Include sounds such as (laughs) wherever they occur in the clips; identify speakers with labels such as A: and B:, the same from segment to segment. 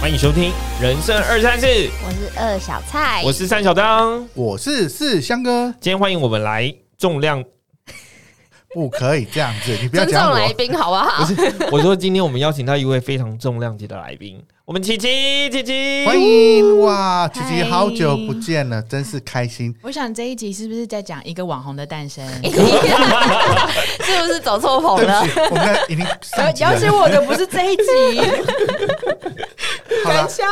A: 欢迎收听《人生二三四》，
B: 我是二小菜，
A: 我是三小当。
C: 我是四香哥，
A: 今天欢迎我们来重量，
C: 不可以这样子，你不要
B: 尊重
C: 讲
B: 来
C: 我。
B: 宾好不好？ (laughs)
A: 我说今天我们邀请到一位非常重量级的来宾，我们琪琪，琪琪，
C: 欢迎哇，琪琪
D: 嗨
C: 好久不见了，真是开心。
D: 我想这一集是不是在讲一个网红的诞生？
B: 是不是走错棚
C: 对不
B: 了？
C: 起，我们刚才已经上
D: (laughs)
C: 集
D: 邀请
C: 了。
D: 我的不是这一 (laughs) 集，
C: 好
D: 玩
C: 了，
D: 笑，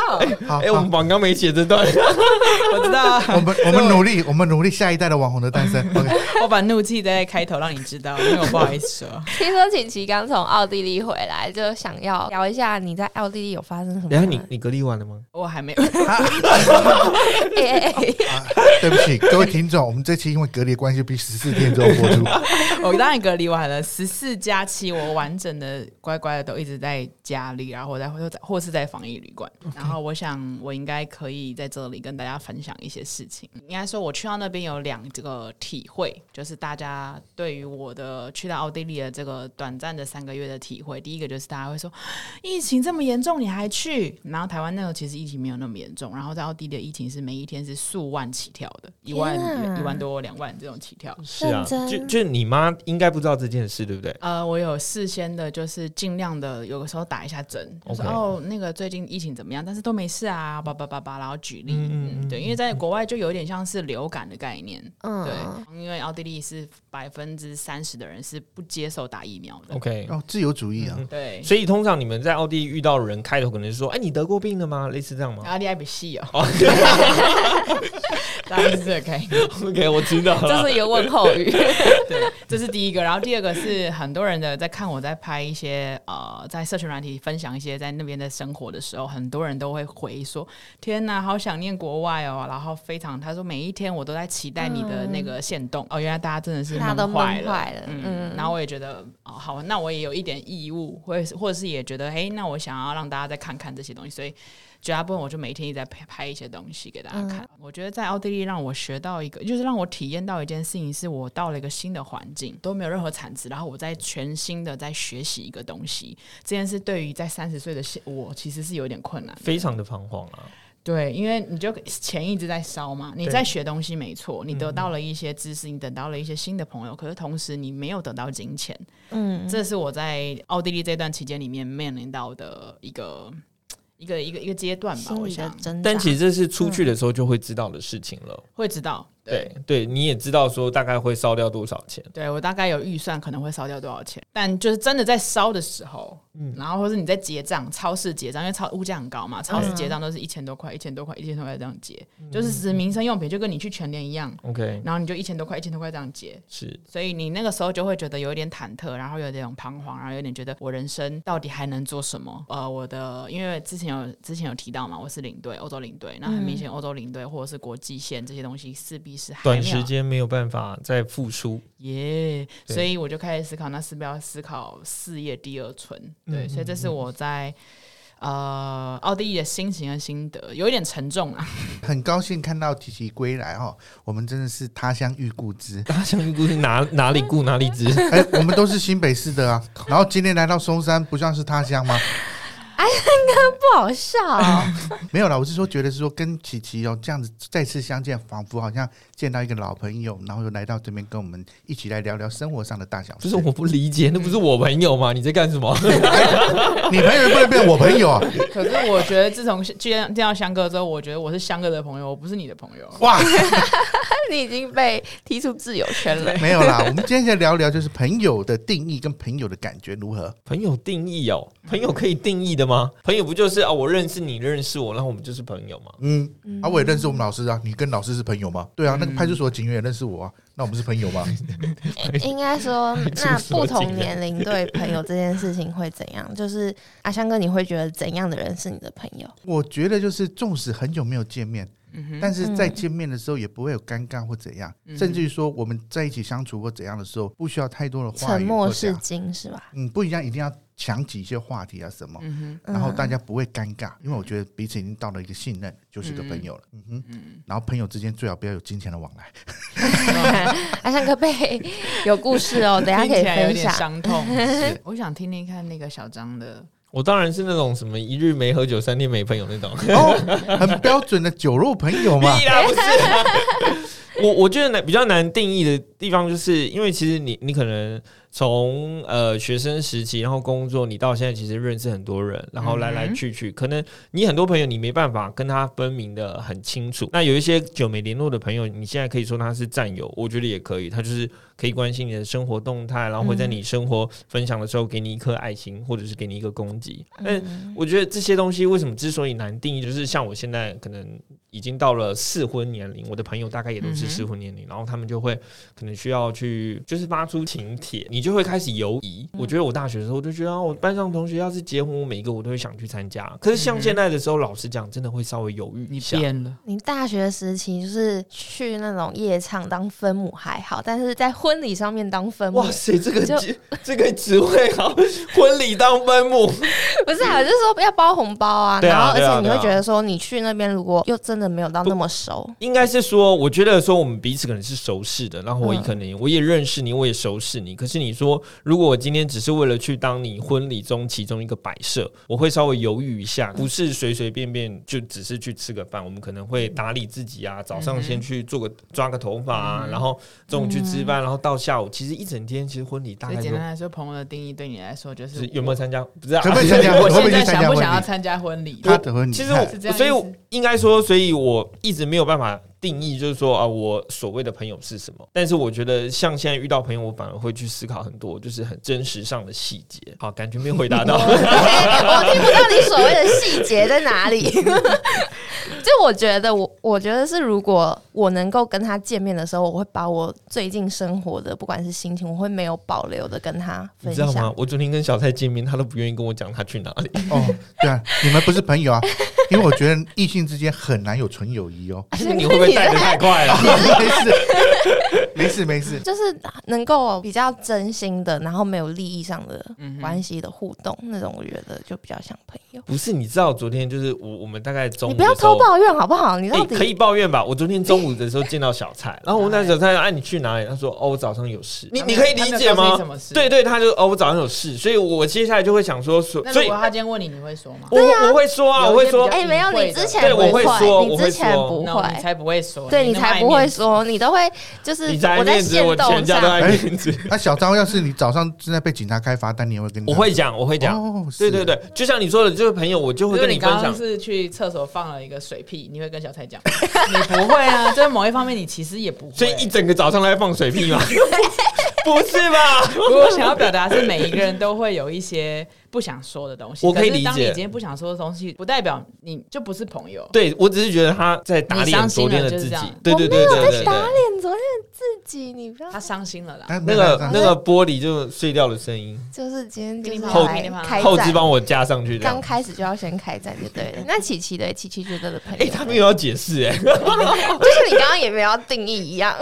C: 好，
A: 哎、我们
C: 好
A: 榜刚没写这段，
D: (laughs) 我知道，
C: 我们我们努力，我们努力下一代的网红的诞 (laughs) 生。OK，
D: (laughs) 我把怒气在开头让你知道，因为我不好意思 (laughs) 说。
B: 听说锦旗刚从奥地利回来，就想要聊一下你在奥地利有发生什么？
A: 等一下你你隔离完了吗？
D: 我还没有，
B: 哎哎哎
C: 啊对不起各位听众，我们这期因为隔离的关系，必须十四天之后播 (laughs) 出。
D: (laughs) 我当然隔离完了十四加七，我完整的乖乖的都一直在家里，然后我在或在或是在防疫旅馆。然后我想，我应该可以在这里跟大家分享一些事情。应该说，我去到那边有两个体会，就是大家对于我的去到奥地利的这个短暂的三个月的体会。第一个就是大家会说，疫情这么严重你还去？然后台湾那时候其实疫情没有那么严重，然后在奥地利的疫情是每一天是数万起跳的，一万
B: 天啊
D: 一万多两万这种起跳。
A: 是啊，
B: 认真
A: 就就你妈应该不知道这件事，对不对？
D: 呃，我有事先的，就是尽量的，有的时候打一下针，就说
A: OK
D: 哦，那个最近疫情怎么样？但是都没事啊，叭叭叭叭，然后举例，
A: 嗯嗯
D: 嗯，对，因为在国外就有点像是流感的概念，
B: 嗯
D: 对，因为奥地利是百分之三十的人是不接受打疫苗的
A: OK，
C: 哦，自由主义啊，
D: 对， (laughs)
A: 所以通常你们在奥地利遇到人，开头可能是说：“哎、你得过病了吗？”类似这样吗
D: 奥地利还不细哦，
A: 哦 (laughs)
D: 大概是这个概念，
A: ？OK，我知道
B: (laughs) 这
A: 了。
B: 是一个问候语。
D: 对，这是第一个，然后第二个是很多人的在看我在拍一些呃，在社群软体分享一些在那边的生活的时候，很多人都会回说：“天哪，好想念国外哦！”然后非常他说每一天我都在期待你的那个线动、哦，原来大家真的是
B: 大家都
D: 闷坏
B: 闷坏了
D: 嗯
B: 嗯，
D: 然后我也觉得哦，好，那我也有一点义务，或者是或者是也觉得嘿，那我想要让大家再看看这些东西，所以绝大部分我就每天一直在拍拍一些东西给大
B: 嗯
D: 家看。我觉得在奥地利让我学到一个，就是让我体验到一件事情，是我到了一个新的环境，都没有任何产值，然后我在全新的在学习一个东西。这件事对于在三十岁的现我其实是有点困难的。
A: 非常的彷徨啊！
D: 对，因为你就钱一直在烧嘛，你在学东西没错，你
B: 嗯
D: 得到了一些知识，你得到了一些新的朋友，可是同时你没有得到金钱，
B: 嗯，
D: 这是我在奥地利这段期间里面面临到的一个一个一个一个阶段吧，
B: 心
D: 我
B: 里的
D: 想
B: 挣扎，
A: 但其实这是出去的时候就会知道的事情了。
D: 会知道，对。
A: 对对，你也知道说大概会烧掉多少钱。
D: 对我大概有预算，可能会烧掉多少钱，但就是真的在烧的时候，
A: 嗯
D: 然后或是你在结账，超市结账，因为超物价很高嘛，超市结账都是一千多块、一千多块、一千多块这样结，
A: 嗯
D: 就是指民生用品，就跟你去全年一样，
A: OK，
D: 然后你就一千多块、一千多块这样结，
A: 是
D: 所以你那个时候就会觉得有点忐忑，然后有点彷徨，然后有点觉得我人生到底还能做什么？呃，我的因为之前有之前有提到嘛，我是领队，欧洲领队，那很明显欧洲领队或者是国际线这些东西势必是还没
A: 嗯
D: 有
A: 短时间没有办法再复苏。
D: 耶
A: 对
D: 所以我就开始思考，那是不是要思考事业第二春？
A: 嗯
D: 对，所以这是我在。呃，奥地利的心情和心得有一点沉重啊，
C: 很高兴看到琪琪归来哦，我们真的是他乡遇故知。
A: (laughs) 大家相遇故事哪哪里顾哪里 (laughs) 知？
C: 哎，我们都是新北市的啊，然后今天来到松山，不算是他乡吗？
B: 不好笑。
C: 没有啦，我是说，觉得是说跟琪琪哦这样子再次相见，仿佛好像见到一个老朋友，然后又来到这边跟我们一起来聊聊生活上的大小
A: 不
C: 事。
A: 是我不理解，那不是我朋友吗？你在干什么？ (laughs)
C: 你朋友也不能变我朋友啊！
D: (laughs) 可是我觉得自从见见到香哥之后，我觉得我是香哥的朋友，我不是你的朋友。
C: 哇，
B: 你已经被踢出自由圈了。
C: 没有啦，我们今天就聊聊就是朋友的定义跟朋友的感觉如何。
A: 朋友定义哦，朋友可以定义的吗？朋友不就是啊，我认识你，认识我，然后我们就是朋友吗？
C: 嗯，啊，我也认识我们老师啊，你跟老师是朋友吗？对啊，那个派出所警员也认识我啊，那我们是朋友吗？
B: 应该说，
A: 出
B: 那
A: 手
B: 不
A: 机
B: 同
A: 了
B: 年龄对朋友这件事情会怎样？就是阿香哥，你会觉得怎样的人是你的朋友？
C: 我觉得就是，纵使很久没有见面，
D: 嗯
A: 嗯
C: 但是在见面的时候也不会有尴尬或怎样，甚至于说我们在一起相处或怎样的时候，不需要太多的话语
B: 沉默
C: 或怎
B: 是
C: 样
B: 金是吧？
C: 嗯，不一样，一定要想起一些话题啊什么，
D: 嗯
C: 然后大家不会尴尬，因为我觉得彼此已经到了一个信任，就是个朋友了。嗯哼，然后朋友之间最好不要有金钱的往来。
B: (laughs) 阿香
A: (laughs)
B: 哥被有故事哦，等一下可以
D: 听起来有
B: 分 (laughs)
D: 点
B: 享。
D: 伤痛。我想听听看那个小张的
A: 我当然是那种什么一日没喝酒，三天没朋友那种。
C: 哦，很标准的酒肉朋友嘛。
A: 屁啦，不是啊、我我觉得难比较难定义的地方，就是因为其实你你可能从呃学生时期，然后工作，你到现在其实认识很多人，然后来来去去，可能你很多朋友你没办法跟他分明的很清楚。那有一些久没联络的朋友，你现在可以说他是战友，我觉得也可以，他就是可以关心你的生活动态，然后会在你生活分享的时候给你一颗爱心，或者是给你一个攻击。但
B: 嗯
A: 我觉得这些东西为什么之所以难定义，就是像我现在可能已经到了适婚年龄，我的朋友大概也都是适婚年龄，然后他们就会可能需要去就是发出请帖，你就会开始犹疑。我觉得我大学的时候就觉得、啊，我班上同学要是结婚，我每一个我都会想去参加。可是像现在的时候，老实讲，真的会稍微犹豫一
D: 你
A: 下。
D: 变了，
B: 你大学时期就是去那种夜场当分母还好，但是在婚礼上面当分母
A: 哇，塞，这个
B: 就
A: 职这个职位好，婚礼当分母，
B: 不是啊，就是说要包红包啊，
A: 对啊
B: 然后而
A: 对啊
B: 且你会
A: 对啊
B: 觉得说你去那边如果又真的没有到那么熟，
A: 应该是说，我觉得说我们彼此可能是熟识的，然后我也
B: 嗯
A: 可能、我也认识你，我也熟识你。可是你说，如果我今天只是为了去当你婚礼中其中一个摆设，我会稍微犹豫一下，
D: 嗯
A: 不是随随便便就只是去吃个饭。我们可能会打理自己啊，早上
D: 嗯
A: 先去做个抓个头发啊，然后中午去吃饭，然后到下午，其实一整天，其实婚礼大
D: 所以
A: 概
D: 简
A: 就
D: 单来说，朋友的定义对你来说就是
A: 是啊有没有参加，不知道、
C: 可
A: (laughs)
C: 不可以参加？
D: 我
C: 可不可
D: 现
C: 以去
D: 在
C: 参
D: 想
C: 加
D: 不
C: 婚
D: 想要
C: 礼？
D: 参加婚礼？
C: 他的婚礼，
A: 其实
C: 你看
D: 是
A: 我
D: 这，样
A: 所以
D: 意思
A: 我应该说，所以我一直没有办法定义，就是说啊，我所谓的朋友是什么。但是我觉得，像现在遇到朋友，我反而会去思考很多，就是很真实上的细节。 (laughs) 啊好，感觉没有回答 (laughs) 到。
B: (laughs) 我听不到你所谓的细节在
A: (laughs)
B: 哪里。就我觉得，我我觉得是，如果我能够跟他见面的时候，我会把我最近生活的，不管是心情，我会没有保留的跟他
A: 你
B: 分
A: 知道吗
B: 享。？
A: 我昨天跟小蔡见面，他都不愿意跟我讲他去哪 (laughs) 里。
C: 哦，对啊，你们不是朋友啊，因为我觉得异性之间很难有纯友谊哦。
A: 那你会不会带的太快了？ (laughs)
C: 没事，没事，没事。
B: 就是能够比较真心的，然后没有利益上的
A: 嗯
B: 关系的互动，那种我觉得就比较像朋友。
A: 不是，你知道昨天就是我我们大概中午
B: 你不要
A: 的时候
B: 偷抱怨好不好？你到
A: 欸
B: 底、
A: 可以抱怨吧？我昨天中午的时候见到小 (laughs) 蔡，然后我问他小蔡，哎、你去哪里？他说，哦，我早上有事。你
D: 他没
A: 你
D: 有
A: 可以理解
D: 他没有告诉
A: 吗
D: 你什么？事
A: 对对，他就哦，我早上有事，所以我接下来就会想说，所
D: 那
A: 所
D: 如
A: 以
D: 果他今天问你，你会说吗？
A: 我我会说啊，我
D: 有
A: 会
D: 一些
A: 说
D: 比较
B: 哎、没有，你
D: 隐晦的
B: 之前
A: 对
B: 不
A: 我会说
B: 你
A: 我会
B: 之前
A: 说
B: 不
D: No，
B: 会，
D: 你才不会说，
B: 对你
D: 那么爱
B: 才不会
D: 面子。
B: 说，你都会就是
A: 你在
B: 我在
A: 面子，
B: 线
A: 我全
B: 动
A: 家都
B: 上，
A: 在面子。
C: 那小张，要是你早上正在被警察开罚单，你也会跟
A: (laughs) 我会讲，我会讲。
C: 哦，
A: 对
C: 是
A: 对对，就像你说的，这个朋友我就
D: 如
A: 会
D: 果
A: 跟
D: 你
A: 分
D: 刚
A: 享
D: 刚。是去厕所放了一个水屁，你会跟小蔡讲？ (laughs) 你不会啊，就是某一方面你其实也不会。
A: 所以一整个早上来放水屁嘛？ (laughs) 不是吧？
D: 不过我想要表达是，每一个人都会有一些不想说的东西。
A: 我可以
D: 是当
A: 理解
D: 你今天不想说的东西，不代表你就不是朋友。
A: 对我只是觉得他在打
D: 你
A: 脸
D: 伤心
A: 昨
D: 了
A: 天的
D: 就是
A: 自己
D: 这样。
A: 对对对对对对
B: 打。脸昨天的自己，你不要
D: 他伤心了啦。
C: 哎没
A: 那
C: 有
A: 个
C: 没
A: 那
C: 有
A: 个玻璃就碎掉的声音，
B: 就是今天就是
D: 后
B: 来开
A: 后置
B: 战，
A: 帮我加上去的。
B: 刚开始就要先开战就对了。那琪琪的琪琪觉得的朋友，
A: 哎、他没有要解释哎、
B: 就是你刚刚也没有要定义一样，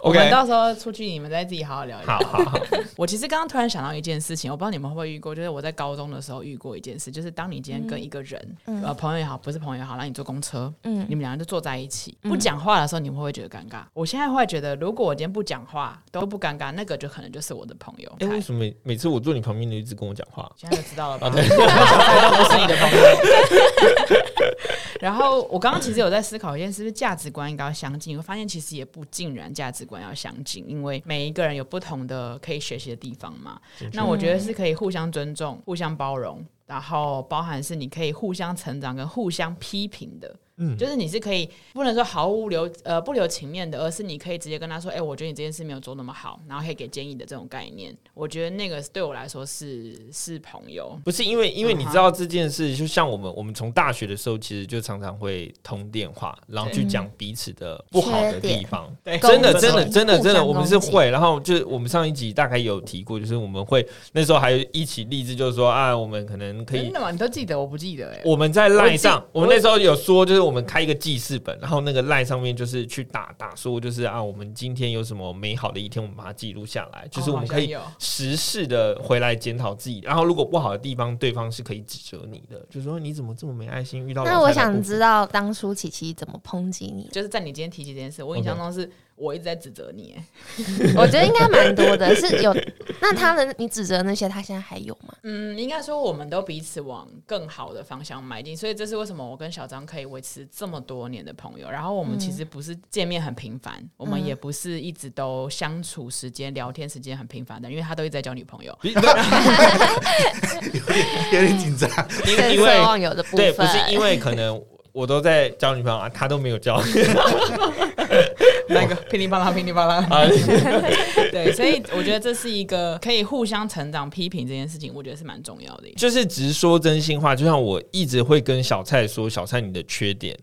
D: 我们
A: OK，
D: 到时候出去，你们再自己好好聊一聊
A: 好。好好，
D: 我其实刚刚突然想到一件事情，我不知道你们会不会遇过，就是我在高中的时候遇过一件事，就是当你今
B: 嗯
D: 天跟一个人，呃，朋友也好，不是朋友也好，然后你坐公车，嗯，你们两个就坐在一起，不讲话的时候，你们会不会觉得尴尬？我现在会觉得，如果我今天不讲话都不尴尬，那个就可能就是我的朋友。
A: 哎、为什么每每次我坐你旁边，你就一直跟我讲话？
D: 现在就知道了吧？
A: 啊对
D: 不是你的朋友。然后我刚刚其实有在思考一件事，是不是价值观应该要相近？我发现其实也不尽然价值观要相近，因为每一个人有不同的可以学习的地方嘛。那我觉得是可以互相尊重、互相包容，然后包含是你可以互相成长跟互相批评的。嗯，就是你是可以不能说毫无留呃不留情面的，而是你可以直接跟他说，哎、我觉得你这件事没有做那么好，然后可以给建议的这种概念，我觉得那个对我来说是是朋友，
A: 不是因为，因为你知道这件事，就像我们，我们从大学的时候，其实就常常会通电话，然后去讲彼此的不好的地方。对，真的，
B: 攻击
A: 真的，真的，真的，
B: 互相
A: 我们是
B: 攻击
A: 会。然后就是我们上一集大概有提过，就是我们会那时候还一起励志，就是说啊，我们可能可以
D: 真的吗？你都记得，我不记得哎、
A: 我们在赖上，我
D: 我记
A: 们那时候有说，就是我们开一个记事本，然后那个赖上面就是去打打说，就是啊，我们今天有什么美好的一天，我们把它记录下来，就是我们可
D: 哦好像
A: 以
D: 有
A: 实事的回来检讨自己。然后如果不好的地方，对方是可以指责你的，就说你怎么这么没爱心，遇到
B: 那我
A: 老太太
B: 想
A: 不
B: 知道当初琪琪怎么抨击你
A: (laughs)
B: 的。
D: 就是在你今天提起这件事，我印象中是我一直在指责你欸耶，
B: 我觉得应该蛮多的，是有。那他的你指责的那些，他现在还有吗？
D: 嗯，应该说我们都彼此往更好的方向迈进，所以这是为什么我跟小张可以维持这么多年的朋友。然后我们其实
A: 嗯
D: 不是见面很频繁，我们也不是一直都相处时间、聊天时间很频繁的，因为他都一直在交女朋
A: (laughs)
D: 友。
A: 你那
C: 有点有点紧张。
A: 因
B: 见 (laughs)
A: 为因
B: 色
A: 为
B: 忘友的部
A: 对，
B: 分，
A: 不是因为可能我都在交女朋友啊，他都没有交
D: 那个 (laughs) 噼里啪啦，噼里啪啦。
A: (laughs) 啊。
D: 对，所以我觉得这是一个可以互相成长、批评这件事情，我觉得是蛮重要的。
A: 就是直说真心话，就像我一直会跟小蔡说，小蔡你的缺点，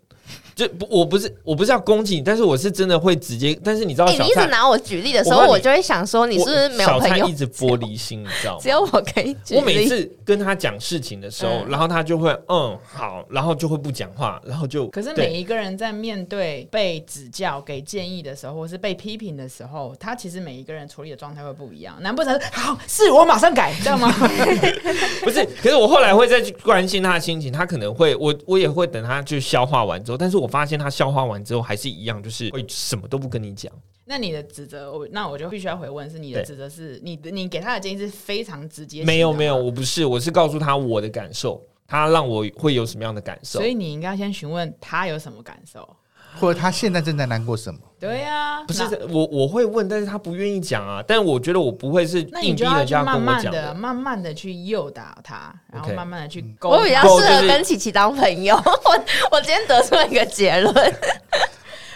A: 就不我不是我不是要攻击你，但是我是真的会直接，但是你知道
B: 哎、
A: 小
B: 你一直
A: 蔡，
B: 拿我举例的时候，
A: 我问
B: 我
A: 你
B: 就会想说，你是不是没有
A: 我小
B: 朋
A: 蔡
B: 友
A: 一？直玻璃心，你知道
B: 只
A: 吗？
B: 有我可以举例。
A: 我每次跟他讲事情的时候，
D: 嗯
A: 然后他就会嗯好，然后就会不讲话，然后就
D: 可是
A: 对
D: 每一个人在面对被指教、给建议的时候，或是被批评的时候，他其实每一个人处理的状态会不一样。难不成好是我马上改，这 (laughs) 样吗？
A: 不是，可是我后来会再去关心他的心情，他可能会，我我也会等他去消化完之后，但是我发现他消化完之后还是一样，就是会什么都不跟你讲。
D: 那你的指责，我那我就必须要回问，是你的
A: 对
D: 指责是你你给他的建议是啊非常直接，
A: 没有没有，，我不是，我是告诉他我的感受，他让我会有什么样的感受
D: 所。以你应该先询问他有什么感受。
C: 或者他现在正在难过什么？
D: 对呀、
A: 不是
D: 那
A: 我我会问，但是他不愿意讲啊。但我觉得我不会是
D: 那
A: 硬
D: 你
A: 逼
D: 就要
A: 人
D: 去
A: 家
D: 慢
A: 跟我
D: 慢
A: 讲
D: 的、
A: 的。
D: 慢慢的去诱导他，然后
A: OK
D: 慢慢的去勾
B: 我比较
D: 他。
B: 适
A: 狗就
B: 合
A: 是
B: 跟琪琪当朋友。我我今天得出了一个结论，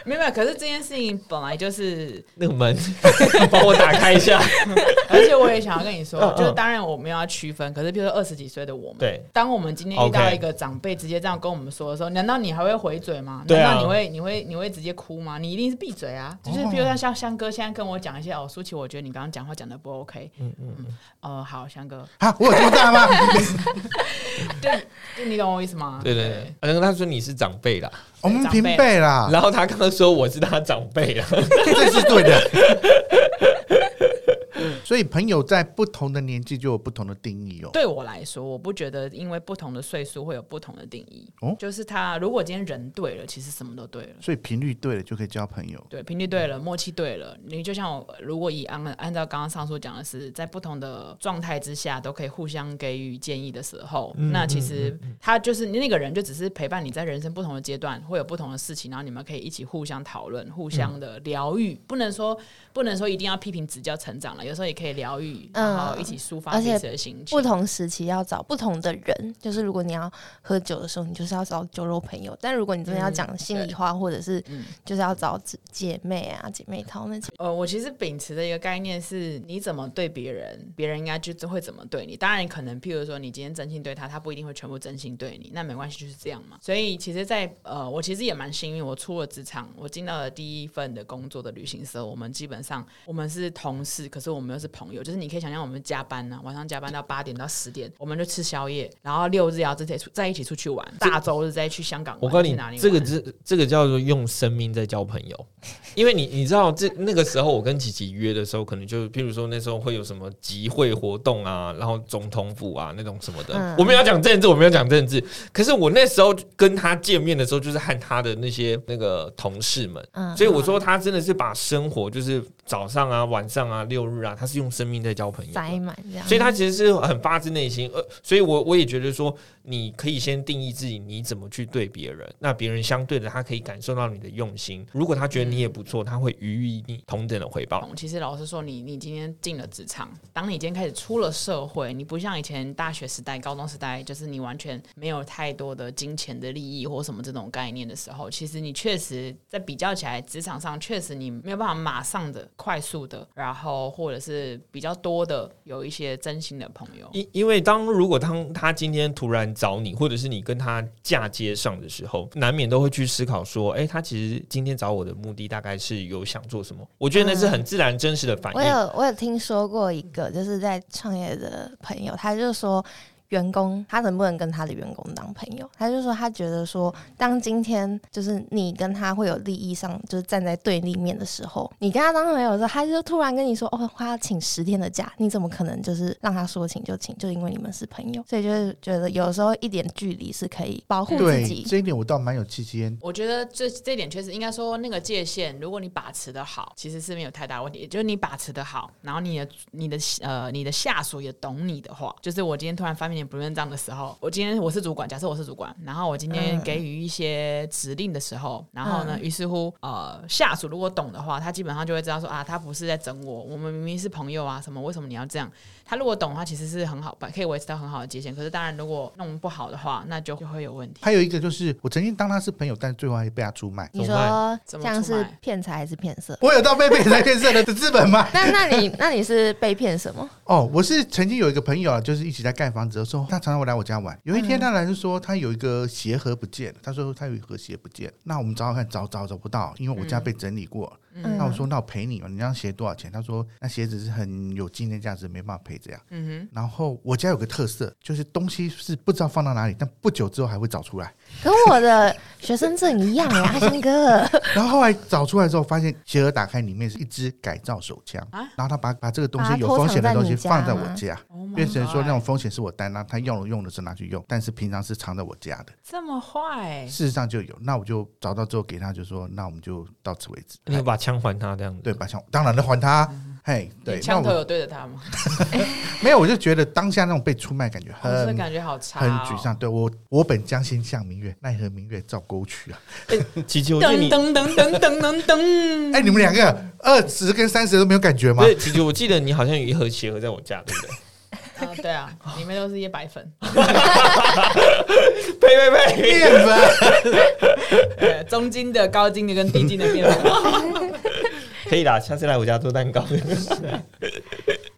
D: 没有没有，可是这件事情本来就是
A: 那个门 (laughs) 帮我打开一下。
D: (laughs) 而且我也想要跟你说
A: 嗯，嗯
D: 就是当然我们要区分，可是比如说二十几岁的我们，
A: 对，
D: 当我们今天遇到
A: OK
D: 一个长辈直接这样跟我们说的时候，难道你还会回嘴吗？
A: 对啊哦
D: 难道你会你会你会直接哭吗？你一定是闭嘴啊！就是比如像像香哥现在跟我讲一些哦，舒淇，我觉得你刚刚讲话讲的不 OK，嗯嗯嗯，呃，好，香哥，
C: 啊，我有这么大吗？
D: 对，就你懂我意思吗？
A: 对对对，然后他说你是长辈啦，
C: 哦我们平
A: (laughs)
C: 辈啦，
A: 然后他刚刚说我是他长辈啊啦。
C: 这是对的。所以朋友在不同的年纪就有不同的定义哦。
D: 对我来说，我不觉得因为不同的岁数会有不同的定义。
C: 哦
D: 就是他如果今天人对了，其实什么都对了。
C: 所以频率对了就可以交朋友。
D: 对，频率对了，默契对了，你就像我，如果以按按照刚刚上述讲的是，在不同的状态之下都可以互相给予建议的时候，
C: 嗯
D: 那其实他就是那个人，就只是陪伴你在人生不同的阶段，会有不同的事情，然后你们可以一起互相讨论，互相的疗愈，不能说
C: 嗯
D: 不能说一定要批评指教成长了，有时候也可以疗愈，
B: 嗯
D: 然后一起抒发
B: 而且
D: 彼此的心情
B: 不。同时期要找不同的人。就是如果你要喝酒的时候，你就是要找酒肉朋友；但如果你真的
A: 嗯
B: 要讲心里话，或者是就是要找姐姐妹啊、姐妹淘那种。
D: 呃，我其实秉持的一个概念是，你怎么对别人，别人应该就会怎么对你。当然，可能譬如说，你今天真心对他，他不一定会全部真心对你，那没关系，就是这样嘛。所以，其实在，呃，我其实也蛮幸运，我出了职场，我进到了第一份的工作的旅行社，我们基本上我们是同事，可是我们又是朋友，就是你可以想象我们加班呢、晚上加班到八点到十点，我们就吃宵夜，然后六日要再出在一起出去玩，大周日再去香港玩，
A: 我告诉
D: 去
A: 你
D: 哪里，玩
A: 这个这这个叫做用生命在交朋友， (laughs) 因为你你知道这那个时候我跟琪琪约的时候，可能就譬如说那时候会有什么集会活动啊，然后总统府啊那种什么的，
B: 嗯
A: 我没有讲政治，我没有讲政治，可是我那时候跟他见面的时候，就是和他的那些那个同事们，
B: 嗯
A: 所以我说他真的是把生活就是早上啊、晚上啊、六日啊，他是用生命在交朋友的。
B: 塞满这样，
A: 所以他其实是很发自内心，呃，所以我我也觉得说，你可以先定义自己你怎么去对别人，那别人相对的他可以感受到你的用心。如果他觉得你也不错，他会予以你同等的回报。
D: 其实老实说你，你今天进了职场，当你今天开始出了社会，你不像以前大学时代、高中时代，就是你完全没有太多的金钱的利益或什么这种概念的时候，其实你确实在比较起来，职场上确实你没有办法马上的、快速的，然后或者是比较多的有一些真心的朋友。
A: 因因为当如果当他今天突然找你，或者是你跟他嫁接上的时候，难免都会去思考说，哎、他其实今天找我的目的大概是有想做什么？我觉得
D: 嗯
A: 那是很自然真实的反
B: 我
A: 应。
B: 有我有听说过一个，就是在创业的朋友，他就说。员工他能不能跟他的员工当朋友，他就说他觉得说，当今天就是你跟他会有利益上就是站在对立面的时候，你跟他当朋友的时候，他就突然跟你说哦，他要请十天的假，你怎么可能就是让他说请就请，就因为你们是朋友，所以就是觉得有时候一点距离是可以保护自
C: 对
B: 己，
C: 这一点我倒蛮有契机焉。
D: 我觉得这这点确实应该说那个界限，如果你把持的好，其实是没有太大问题。就是你把持的好，然后你的你的呃你的下属也懂你的话，就是我今天突然发现你不认账的时候，我今天我是主管，假设我是主管，然后我今天
B: 嗯
D: 给予一些指令的时候，然后呢，
B: 嗯
D: 于是乎呃下属如果懂的话，他基本上就会知道说啊，他不是在整我，我们明明是朋友啊，什么为什么你要这样？他如果懂的话，其实是很好，可以维持到很好的界限。可是当然，如果弄不好的话，那就就会有问题。
C: 还有一个就是，我曾经当他是朋友，但最后还被他出卖。
B: 你
A: 怎么
B: 说
D: 怎么
B: 这样
D: 出
B: 是
D: 卖
B: 骗财还是骗色？
C: 我有到被被人骗色的资本
B: (laughs)
C: 吗？
B: 那那你那你是被骗什么？
C: 哦，我是曾经有一个朋友啊，就是一起在盖房子的时候，他常常会来我家玩。有一天他来就说他有一个鞋盒不见了，他说他有一盒鞋不见了，那我们找找看，找找找不到，因为我家被整理过了。
B: 嗯
C: 那我说那我赔你哦嘛，你那双鞋多少钱？他说那鞋子是很有纪念价值，没办法赔这样。
D: 嗯
C: 然后我家有个特色，就是东西是不知道放到哪里，但不久之后还会找出来。 (laughs)
B: 跟我的学生证一样哎、阿香哥。
C: 然后后来找出来之后，发现鞋盒打开里面是一支改造手枪，
D: 啊
C: 然后他把把这个东
B: 把
C: 西
B: 它
C: 有
B: 偷
C: 风险的
B: 藏在
C: 东
B: 你
C: 西
B: 家
C: 放在
B: 吗嗯
C: 我家，
D: 哼，Oh my
C: 变成说
D: God
C: 那种风险是我担，那他用了用的时候拿去用，但是平常是藏在我家的。
D: 这么坏，
C: 事实上就有，那我就找到之后给他，就说那我们就到此为止。哎
A: 你有把枪还他这样子，
C: 对，把枪当然能还他啊，
B: 嗯
C: 嘿，对，那
D: 枪头
C: 我
D: 有对着他吗？
C: 没有，我就觉得当下那种被出卖感觉
D: 我真的
C: 很
D: 感觉好差、哦
C: 很沮丧。。对我，我本将心向明月，奈何明月照沟渠
D: (laughs)
C: 啊！
A: 琪琪，我记得
D: 噔
A: 你
D: 噔噔噔噔噔噔，
C: 哎，你们两个二十跟三十都没有感觉吗
A: 不？是琪琪，我记得你好像有一盒鞋盒在我家，对不对？
C: 哎
D: 啊对啊，里面都是一白粉，
A: 呸呸呸！ (laughs)
C: 面粉， (laughs)
D: 对，中筋的、高筋的跟低筋的面粉。
C: (laughs)
A: 可以啦，下次来我家做蛋糕。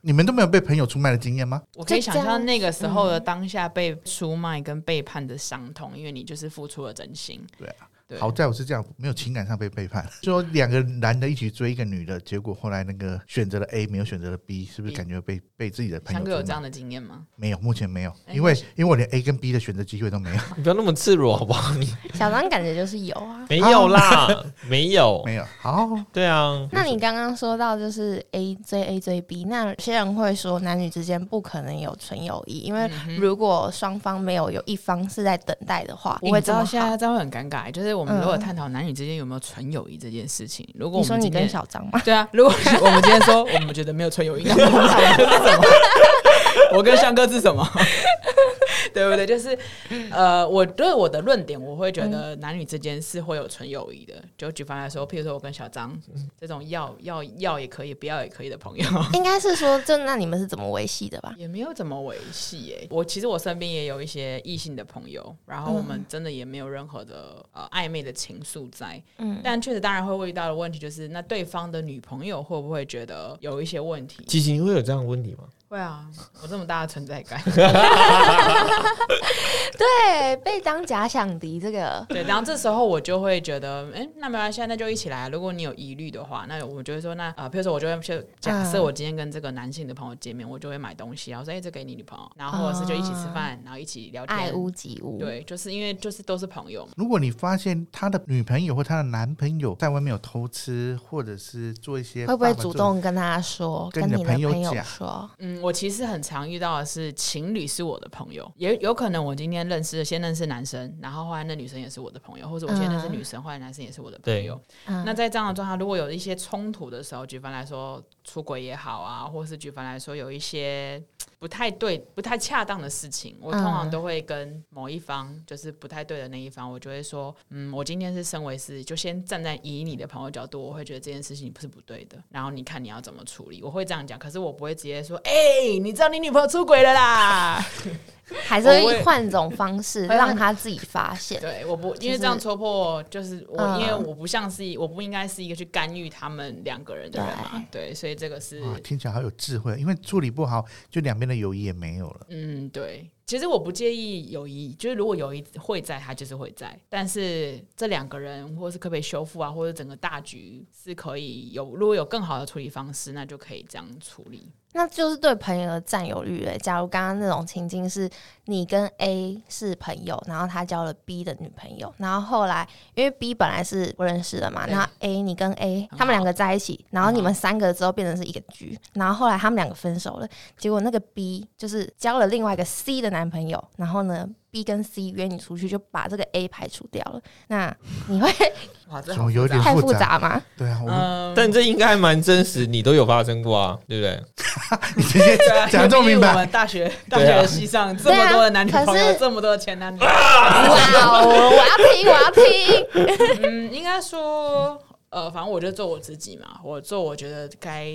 C: 你们都没有被朋友出卖的经验吗？
D: 我可以想象那个时候的当下被出卖跟背叛的伤痛，因为你就是付出了真心。
C: 对啊
D: 对，
C: 好在我是这样，没有情感上被背叛。 (laughs) 说两个男的一起追一个女的，结果后来那个选择了 A，没有选择了 B，是不是感觉被被自己的朋
D: 强
C: 友
D: 哥有
C: 出
D: 这样
C: 卖？
D: 的经验吗？
C: 没有，目前没有，
D: 哎
C: 因为因为我连 A 跟 B 的选择机会都
D: (laughs)
C: 没有，
A: (laughs) 你不要那么赤裸好不好？你
B: 小张感觉就是有 (laughs) 啊。
A: 没有啦， (laughs) 没有。
C: 没有。好，
A: 对啊，
B: 那你刚刚说到就是 A 追 A 追 B，那有些人会说男女之间不可能有纯友谊，因为如果双方没有有一方是在等待的话，不
D: 我
B: 会
D: 知
B: 这么
D: 道现
B: 好。
D: 在这样会很尴尬，就是我们
B: 嗯
D: 如果探讨男女之间有没有纯友谊这件事情，如果
B: 你
D: 我
B: 说
D: 们
B: 你
D: 今
B: 跟
D: 天
B: 小张 (laughs) 吗？
D: 对啊，如果我们今天说我们觉得没有纯友谊，那我 (laughs) 们讨论是什么？我跟香哥是 (laughs) 什么？对不对？就是呃，我对我的论点，我会觉得男女之间是会有纯友谊的。就举凡来说，譬如说我跟小张这种要要要也可以，不要也可以的朋友，
B: 应该是说，就那你们是怎么维系的吧？
D: 也没有怎么维系耶。啊我其实我身边也有一些异性的朋友，然后我们真的也没有任何的呃暧昧的情愫在。
B: 嗯，
D: 但确实，当然会遇到的问题就是，那对方的女朋友会不会觉得有一些问题？
A: 琪琪，你会有这样的问题吗？
D: 会啊，我这么大的存在 (laughs) 感，
B: (laughs) 对，被当假想敌这个，
D: 对，然后这时候我就会觉得，哎、那没关系啊，那就一起来啊。如果你有疑虑的话，那我就会说，那呃，比如说我就会去假设
B: 嗯
D: 我今天跟这个男性的朋友见面，我就会买东西，然后说，哎、这给你女朋友，然后或者是就一起吃饭，然后一起聊天，
B: 爱屋及乌。，
D: 对，就是因为就是都是朋友嘛。
C: 如果你发现他的女朋友或他的男朋友在外面有偷吃，或者是做一些
B: 会不会
C: 爸爸
B: 主
C: 做
B: 动跟他说，
C: 跟
B: 跟
C: 你的
B: 你的
C: 朋友
B: 朋友
C: 讲
B: 说？
D: 嗯，我其实很常遇到的是情侣是我的朋友，也有可能我今天认识的先认识男生，然后后来那女生也是我的朋友，或者我先认识
B: 嗯
D: 女生，后来男生也是我的朋
A: 对
D: 友。
B: 嗯
D: 那在这样的状态，如果有一些冲突的时候，举凡来说出轨也好啊，或是举凡来说有一些不太对、不太恰当的事情，我通常
B: 嗯
D: 都会跟某一方，就是不太对的那一方，我就会说，嗯，我今天是身为是，就先站在以你的朋友角度，我会觉得这件事情不是不对的，然后你看你要怎么处理，我会这样讲，可是我不会直接说，哎、你知道你女朋友出轨了啦，
B: 还是
D: 我会
B: 会换种方式
D: (laughs) 会
B: 让他自己发现。
D: 对，我不因
B: 就
D: 为
B: 是
D: 这样戳破，就是我、
B: 嗯
D: 因为我不像是我不应该是一个去干预他们两个人的人嘛，对，所以这个是
C: 啊，听起来好有智慧，因为处理不好，就两边的友谊也没有了。
D: 嗯对。其实我不介意友谊，就是如果友谊会在，它就是会在。但是这两个人，或是可不可以修复啊，或者整个大局是可以有，如果有更好的处理方式，那就可以这样处理。
B: 那就是对朋友的占有欲嘞。假如刚刚那种情境是你跟 A 是朋友，然后他交了 B 的女朋友，然后后来因为 B 本来是不认识的嘛，
D: 对哦
B: 然后 A 你跟 A
D: 好
B: 他们两个在一起，然后你们三个之后变成是一个局，然后后来他们两个分手了，结果那个 B 就是交了另外一个 C 的男朋友，然后呢 B 跟 C 约你出去，就把这个 A 排除掉了。那你会
D: 哇，这
C: 怎哦么有点
B: 太复
C: 复杂
B: 杂吗？
C: 对啊，我
D: (laughs)
C: 们
D: 嗯，
A: 但这应该还蛮真实，你都有发生过啊，对不对？
C: 你直接
D: 对啊
C: 讲这么明
D: 我
C: 白，啊
D: 们大学大学的系上这么多的男女朋
B: 对啊可
D: 友，
B: 是
D: 这么多的前男女，
B: 哇哦，我要听，我要听。
D: 嗯，应该说，呃，反正我就做我自己嘛，我做我觉得该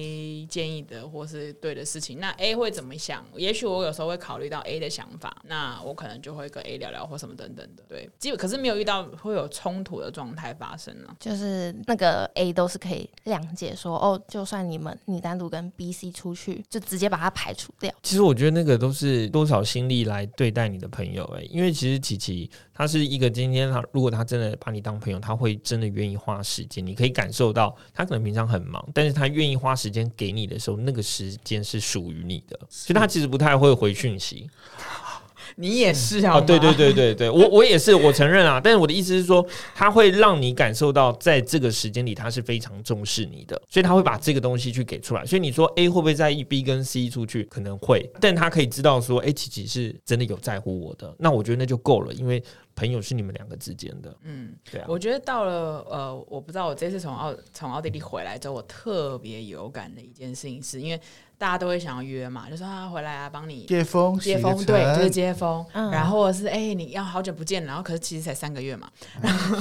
D: 建议的或是对的事情。那 A 会怎么想？也许我有时候会考虑到 A 的想法，那我可能就会跟 A 聊聊或什么等等的。对，基本可是没有遇到会有冲突的状态发生呢、
B: 就是那个 A 都是可以谅解说，哦，就算你们你单独跟 B、C 出去，就直接把它排除掉。
A: 其实我觉得那个都是多少心力来对待你的朋友哎、欸因为其实琪琪她是一个今天她如果她真的把你当朋友，她会真的愿意花时间，你可以感受到她可能平常很忙，但是她愿意花时间给你的时候，那个时间是属于你的，所以她其实不太会回讯息。
D: 你也是啊、
A: 哦，对对，对对对，我我也是，我承认啊， (laughs) 但是我的意思是说，他会让你感受到在这个时间里他是非常重视你的，所以他会把这个东西去给出来。所以你说 A 会不会在意 B 跟 C 出去？可能会，但他可以知道说，哎、琪琪是真的有在乎我的，那我觉得那就够了，因为朋友是你们两个之间的，
D: 嗯，
A: 对啊。
D: 我觉得到了呃，我不知道我这次从奥从奥地利回来之后，我特别有感的一件事情是，因为大家都会想要约嘛，就说啊回来啊，帮你
C: 接风
D: 接风
C: 洗个
D: 对，就是
C: 尘
D: 接风，
B: 嗯
D: 然后或者是哎、你要好久不见，然后可是其实才三个月嘛， (laughs) 然后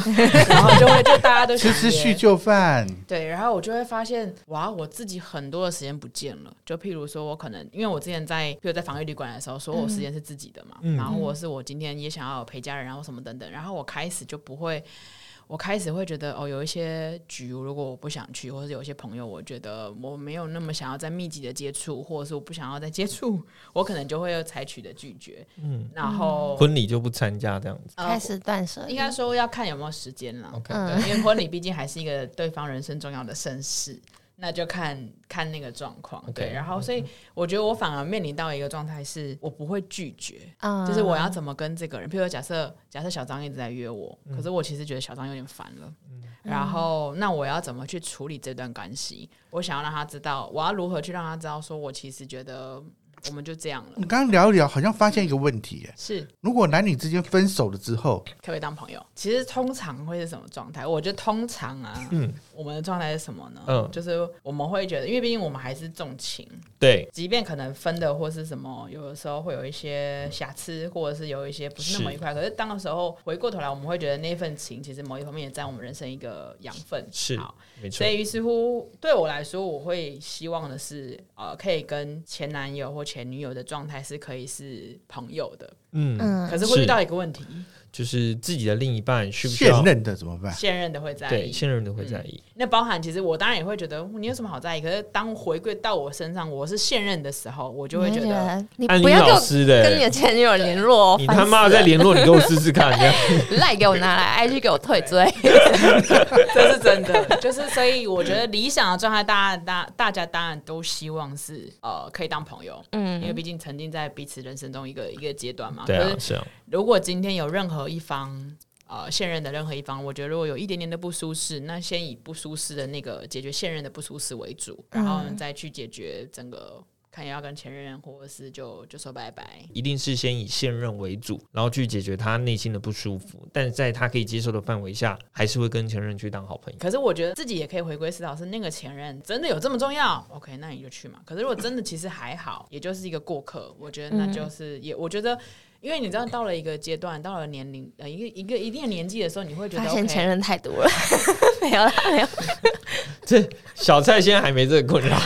D: 然后就会就大家都想
C: 吃吃
D: 约
C: 叙旧饭，
D: 对，然后我就会发现，哇，我自己很多的时间不见了。就譬如说，我可能因为我之前在，譬如在防疫旅馆的时候，所有时间是自己的嘛，
A: 嗯
D: 然后我是我今天也想要陪家人，然啊后什么等等，然后我开始就不会。我开始会觉得哦，有一些局如果我不想去，或者是有一些朋友，我觉得我没有那么想要再密集的接触，或者是我不想要再接触，我可能就会采取的拒绝。嗯，然后、
A: 婚礼就不参加这样子，
D: 呃
B: 开始断舍离
D: 应，该说要看有没有时间啦。
A: OK
D: 对，因为婚礼毕竟还是一个对方人生重要的盛事，那就看看那个状况。对，
A: OK，
D: 然后所以我觉得我反而面临到一个状态是，我不会拒绝，
B: 嗯
D: 就是我要怎么跟这个人，譬如假设假设小张一直在约我，可是我其实觉得小张有点烦了。然后，那我要怎么去处理这段关系？我想要让他知道，我要如何去让他知道，说我其实觉得我们就这样了
C: 你，刚刚聊一聊，好像发现一个问题耶。
D: 是
C: 如果男女之间分手了之后，
D: 可不可以当朋友？其实通常会是什么状态？我觉得通常啊，
A: 嗯
D: 我们的状态是什么呢？
A: 嗯
D: 就是我们会觉得，因为毕竟我们还是重情，
A: 对，
D: 即便可能分的或是什么，有的时候会有一些瑕疵，或者是有一些不是那么
A: 是
D: 愉快。可是当的时候回过头来，我们会觉得那份情其实某一方面也占我们人生一个养分。
A: 是
D: 好，
A: 没错
D: 所，以于是乎，对我来说，我会希望的是，呃，可以跟前男友或前女友的状态是可以是朋友的。
A: 嗯，
B: 嗯
D: 可是会遇
A: 是
D: 到一个问题，
A: 就是自己的另一半需不需
C: 现
A: 要
C: 任的怎么办？
D: 现任的会在
A: 对
D: 意。
A: 现任都会在意，
D: 那包含其实我当然也会觉得你有什么好在意，可是当回归到我身上，我是现任的时候，我就会觉得
B: 嗯你
A: 安妮
B: 不要给
A: 老
B: 我
A: 师的欸
B: 跟你的前女友联络哦，
A: 你
B: 烦
A: 他妈
B: 死
A: 再
B: 了
A: 联络你给我试试看，这样
B: 赖给我拿来，IG 给我退追，
D: 这是真的，就是所以我觉得理想的状态，大家大大家当然都希望是呃可以当朋友，因为
B: 嗯，
D: 毕竟曾经在彼此人生中一个一个阶段嘛。
A: 对啊
D: 可，是
A: 是啊，
D: 如果今天有任何一方。呃，现任的任何一方，我觉得如果有一点点的不舒适，那先以不舒适的那个解决现任的不舒适为主，然后
B: 嗯
D: 再去解决整个看要跟前任或者是就就说拜拜。
A: 一定是先以现任为主，然后去解决他内心的不舒服，但在他可以接受的范围下，还是会跟前任去当好朋友。
D: 可是我觉得自己也可以回归思考，是那个前任真的有这么重要？OK，那你就去嘛。可是如果真的其实还好，也就是一个过客，我觉得
B: 嗯
D: 那就是也，我觉得。因为你知道，到了一个阶段，到了年龄，呃，一个一个一定的年纪的时候，你会觉得
B: 发现前
D: OK，
B: 任太多了， (laughs) 没有啦，没有，
A: 这小蔡现在还没这个困扰，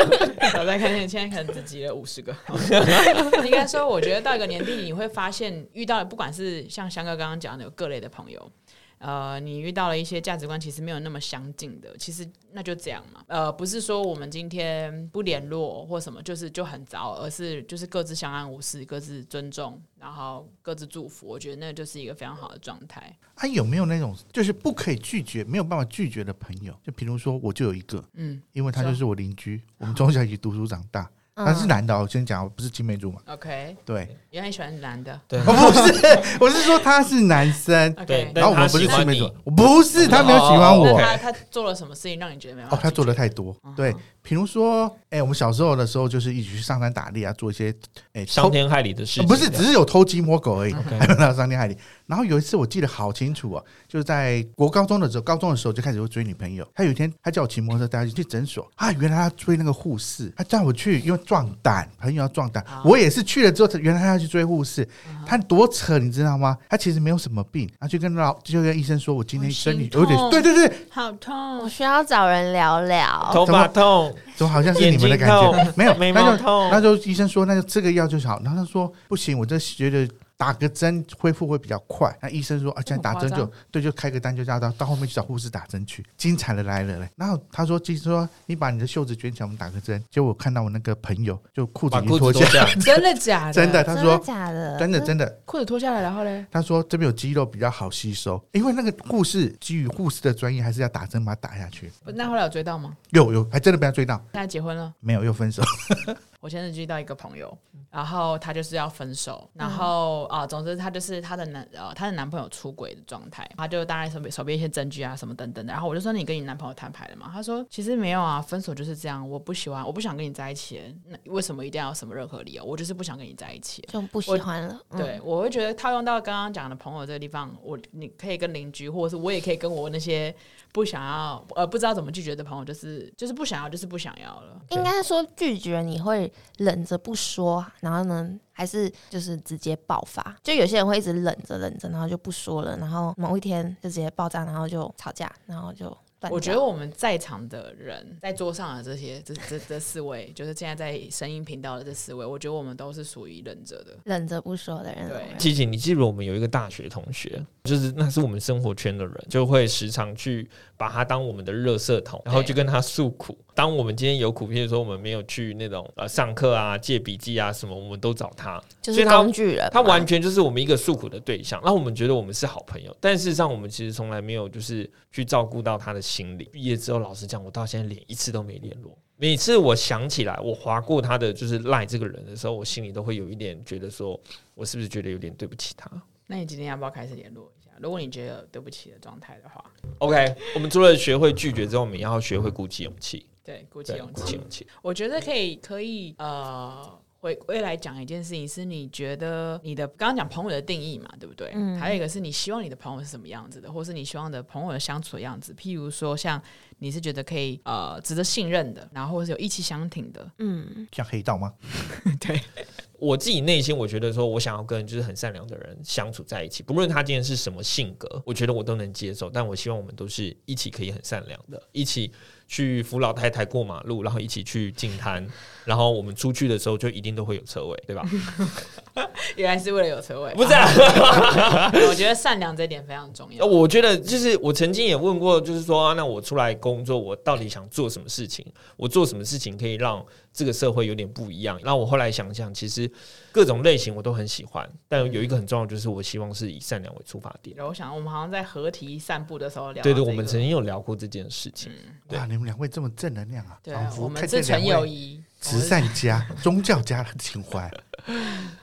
D: (laughs) 我在看见现在可能只集了五十个。 (laughs) 应该说，我觉得到一个年纪，你会发现遇到的不管是像香哥刚刚讲的有各类的朋友，呃，你遇到了一些价值观其实没有那么相近的，其实那就这样嘛。呃，不是说我们今天不联络或什么，就是就很糟，而是就是各自相安无事，各自尊重，然后各自祝福。我觉得那就是一个非常好的状态。
C: 啊，有没有那种就是不可以拒绝、没有办法拒绝的朋友？就比如说，我就有一个，
D: 嗯
C: 因为他
D: 是啊
C: 就是我邻居，我们从小一起读书长大。
B: 嗯
C: (laughs) 他是男的哦，我先讲，我不是青梅竹马。
D: ，OK，
A: (laughs)
C: 对，
D: 也很喜欢男的。
A: 对
C: 哦，不是，我是说他是男生，
A: 对
D: OK，
A: 但
C: 然后我们
A: 他
C: 不是
A: 喜欢
C: 青梅
A: 你
C: 竹马，我不是他没有喜欢
A: 哦
C: 我
A: 哦哦
D: 那他他做了什么事情让你觉得没办法
C: 哦
D: 拒绝？，
C: 他做的太多
D: 嗯。
C: 对，比如说，哎，我们小时候的时候就是一起去上山打猎啊，做一些哎偷
A: 伤天害理的事情，啊
C: 不是，只是有偷鸡摸狗而已，
A: OK
C: 还没有到伤天害理。然后有一次我记得好清楚哦，就是在国高中的时候，高中的时候就开始会追女朋友。他有一天，他叫我骑摩托车带他去诊所啊，原来他追那个护士，他叫我去，因为壮胆，朋友要壮胆
D: 啊。
C: 我也是去了之后，原来他要去追护士，
A: 啊
C: 他多扯，你知道吗？他其实没有什么病，他就跟老就跟医生说，我今天
A: 哦
C: 生理
D: 我心
C: 有点，
D: 痛
C: 对对对，
B: 嗯
D: 好
B: 我
D: 痛，
B: 需要找人聊聊。
A: 头发痛，
C: 怎么好像是你们的感
A: 眼
C: 觉？ (laughs) 没有，
A: 眉
C: 那
A: 毛
C: 就
A: 痛
C: 那就医生说，那就这个药就好。然后他说不行，我这觉得打个针恢复会比较快。那医生说啊，现在打针
D: 这
C: 就
D: 么
C: 对，就开个单就叫到到后面去找护士打针去。精彩的来了嘞！然后他说，医生说你把你的袖子卷起来，我们打个针。结果我看到我那个朋友就裤子
A: 把
C: 已经
A: 裤
C: 脱
A: 子脱
C: 下，
A: 下，
D: (laughs) 真的假的？
C: 真的，他
B: 真的
C: 说
B: 假的？
C: 真的真的。
D: 裤子脱下来，然后嘞，
C: 他说这边有肌肉比较好吸收，哎因为那个护士基于护士的专业，还是要打针把它打下去。
D: 那后来有追到吗？
C: 有有，还真的被他追到，
D: 现在结婚了。
C: 没有又分手。
D: 我前阵子遇到一个朋友，然后她就是要分手，然后啊、总之她就是她的男呃她的男朋友出轨的状态，她就当然手边手边一些证据啊什么等等的，然后我就说你跟你男朋友摊牌了吗？她说其实没有啊，分手就是这样，我不喜欢，我不想跟你在一起，那为什么一定要有什么任何理由？我就是不想跟你在一起。
B: 就不喜欢了。嗯
D: 对，我会觉得套用到刚刚讲的朋友这个地方，我你可以跟邻居，或者是我也可以跟我那些不想要呃不知道怎么拒绝的朋友，就是就是不想要，就是不想要了。
B: 应该说拒绝你会忍着不说，然后呢，还是就是直接爆发？就有些人会一直忍着忍着，然后就不说了，然后某一天就直接爆炸，然后就吵架，然后就断掉。
D: 我觉得我们在场的人，在桌上的这些这这这四位，就是现在在声音频道的这四位，我觉得我们都是属于忍者的。
B: 忍着不说的人，
D: 对
A: (laughs) 琪琪，你记不记得我们有一个大学同学，就是那是我们生活圈的人，就会时常去把他当我们的热色桶，然后
D: 对
A: 就跟他诉苦。当我们今天有苦，譬如说我们没有去那种呃上课啊、借笔记啊什么，我们都找他，
B: 就
A: 所
B: 是
A: 以他
B: 工具人嘛。
A: 他完全就是我们一个诉苦的对象。那我们觉得我们是好朋友，但事实上我们其实从来没有就是去照顾到他的心理。毕业之后，老实讲，我到现在连一次都没联络。每次我想起来，我划过他的就是赖这个人的时候，我心里都会有一点觉得说，我是不是觉得有点对不起他？
D: 那你今天要不要开始联络一下？如果你觉得对不起的状态的话，
A: OK，我们除了学会拒绝之后，我们也要学会鼓起勇气，
D: 对，鼓起
A: 对，
D: 勇
A: 鼓起
D: 气。
A: 勇气。
D: 我觉得可以，可以，呃。回未来讲一件事情，是你觉得你的刚刚讲朋友的定义嘛，对不对？
B: 嗯
D: 还有一个是你希望你的朋友是什么样子的，或是你希望的朋友的相处的样子。譬如说，像你是觉得可以呃值得信任的，然后或是有意气相挺的，
B: 嗯，
C: 像黑道吗？
D: 对，
A: 我自己内心我觉得说，我想要跟就是很善良的人相处在一起，不论他今天是什么性格，我觉得我都能接受。但我希望我们都是一起可以很善良的，一起去扶老太太过马路，然后一起去进摊，然后我们出去的时候就一定都会有车位，对吧？
D: (laughs) 原来是为了有车位，
A: 不是、啊。哦
D: 对 (laughs) 我觉得善良这一点非常重要。
A: 我觉得就是我曾经也问过，就是说、啊那我出来工作，我到底想做什么事情？我做什么事情可以让这个社会有点不一样？那我后来想想，其实各种类型我都很喜欢，但有一个很重要，就是我希望是以善良为出发点。
D: 然后我想，我们好像在合体散步的时候聊到
A: 对
D: 这个，嗯
A: 对，我们曾经有聊过这件事情。对
C: 哇，你们两位这么正能量啊！
D: 对
C: 仿
D: 啊，
C: 佛
D: 我
C: 看
D: 们
C: 见
D: 是
C: 两
D: 纯友
C: 位
D: 谊，
C: 慈善家、宗教家的情怀。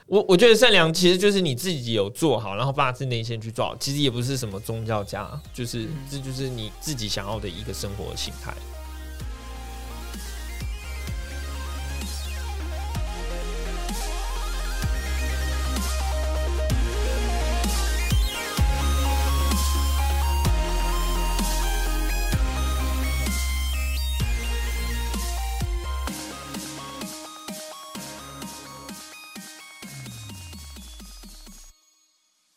A: 我我觉得善良其实就是你自己有做好，然后发自内心去
D: 嗯
A: 做好，其实也不是什么宗教家，就是、这就是你自己想要的一个生活形态。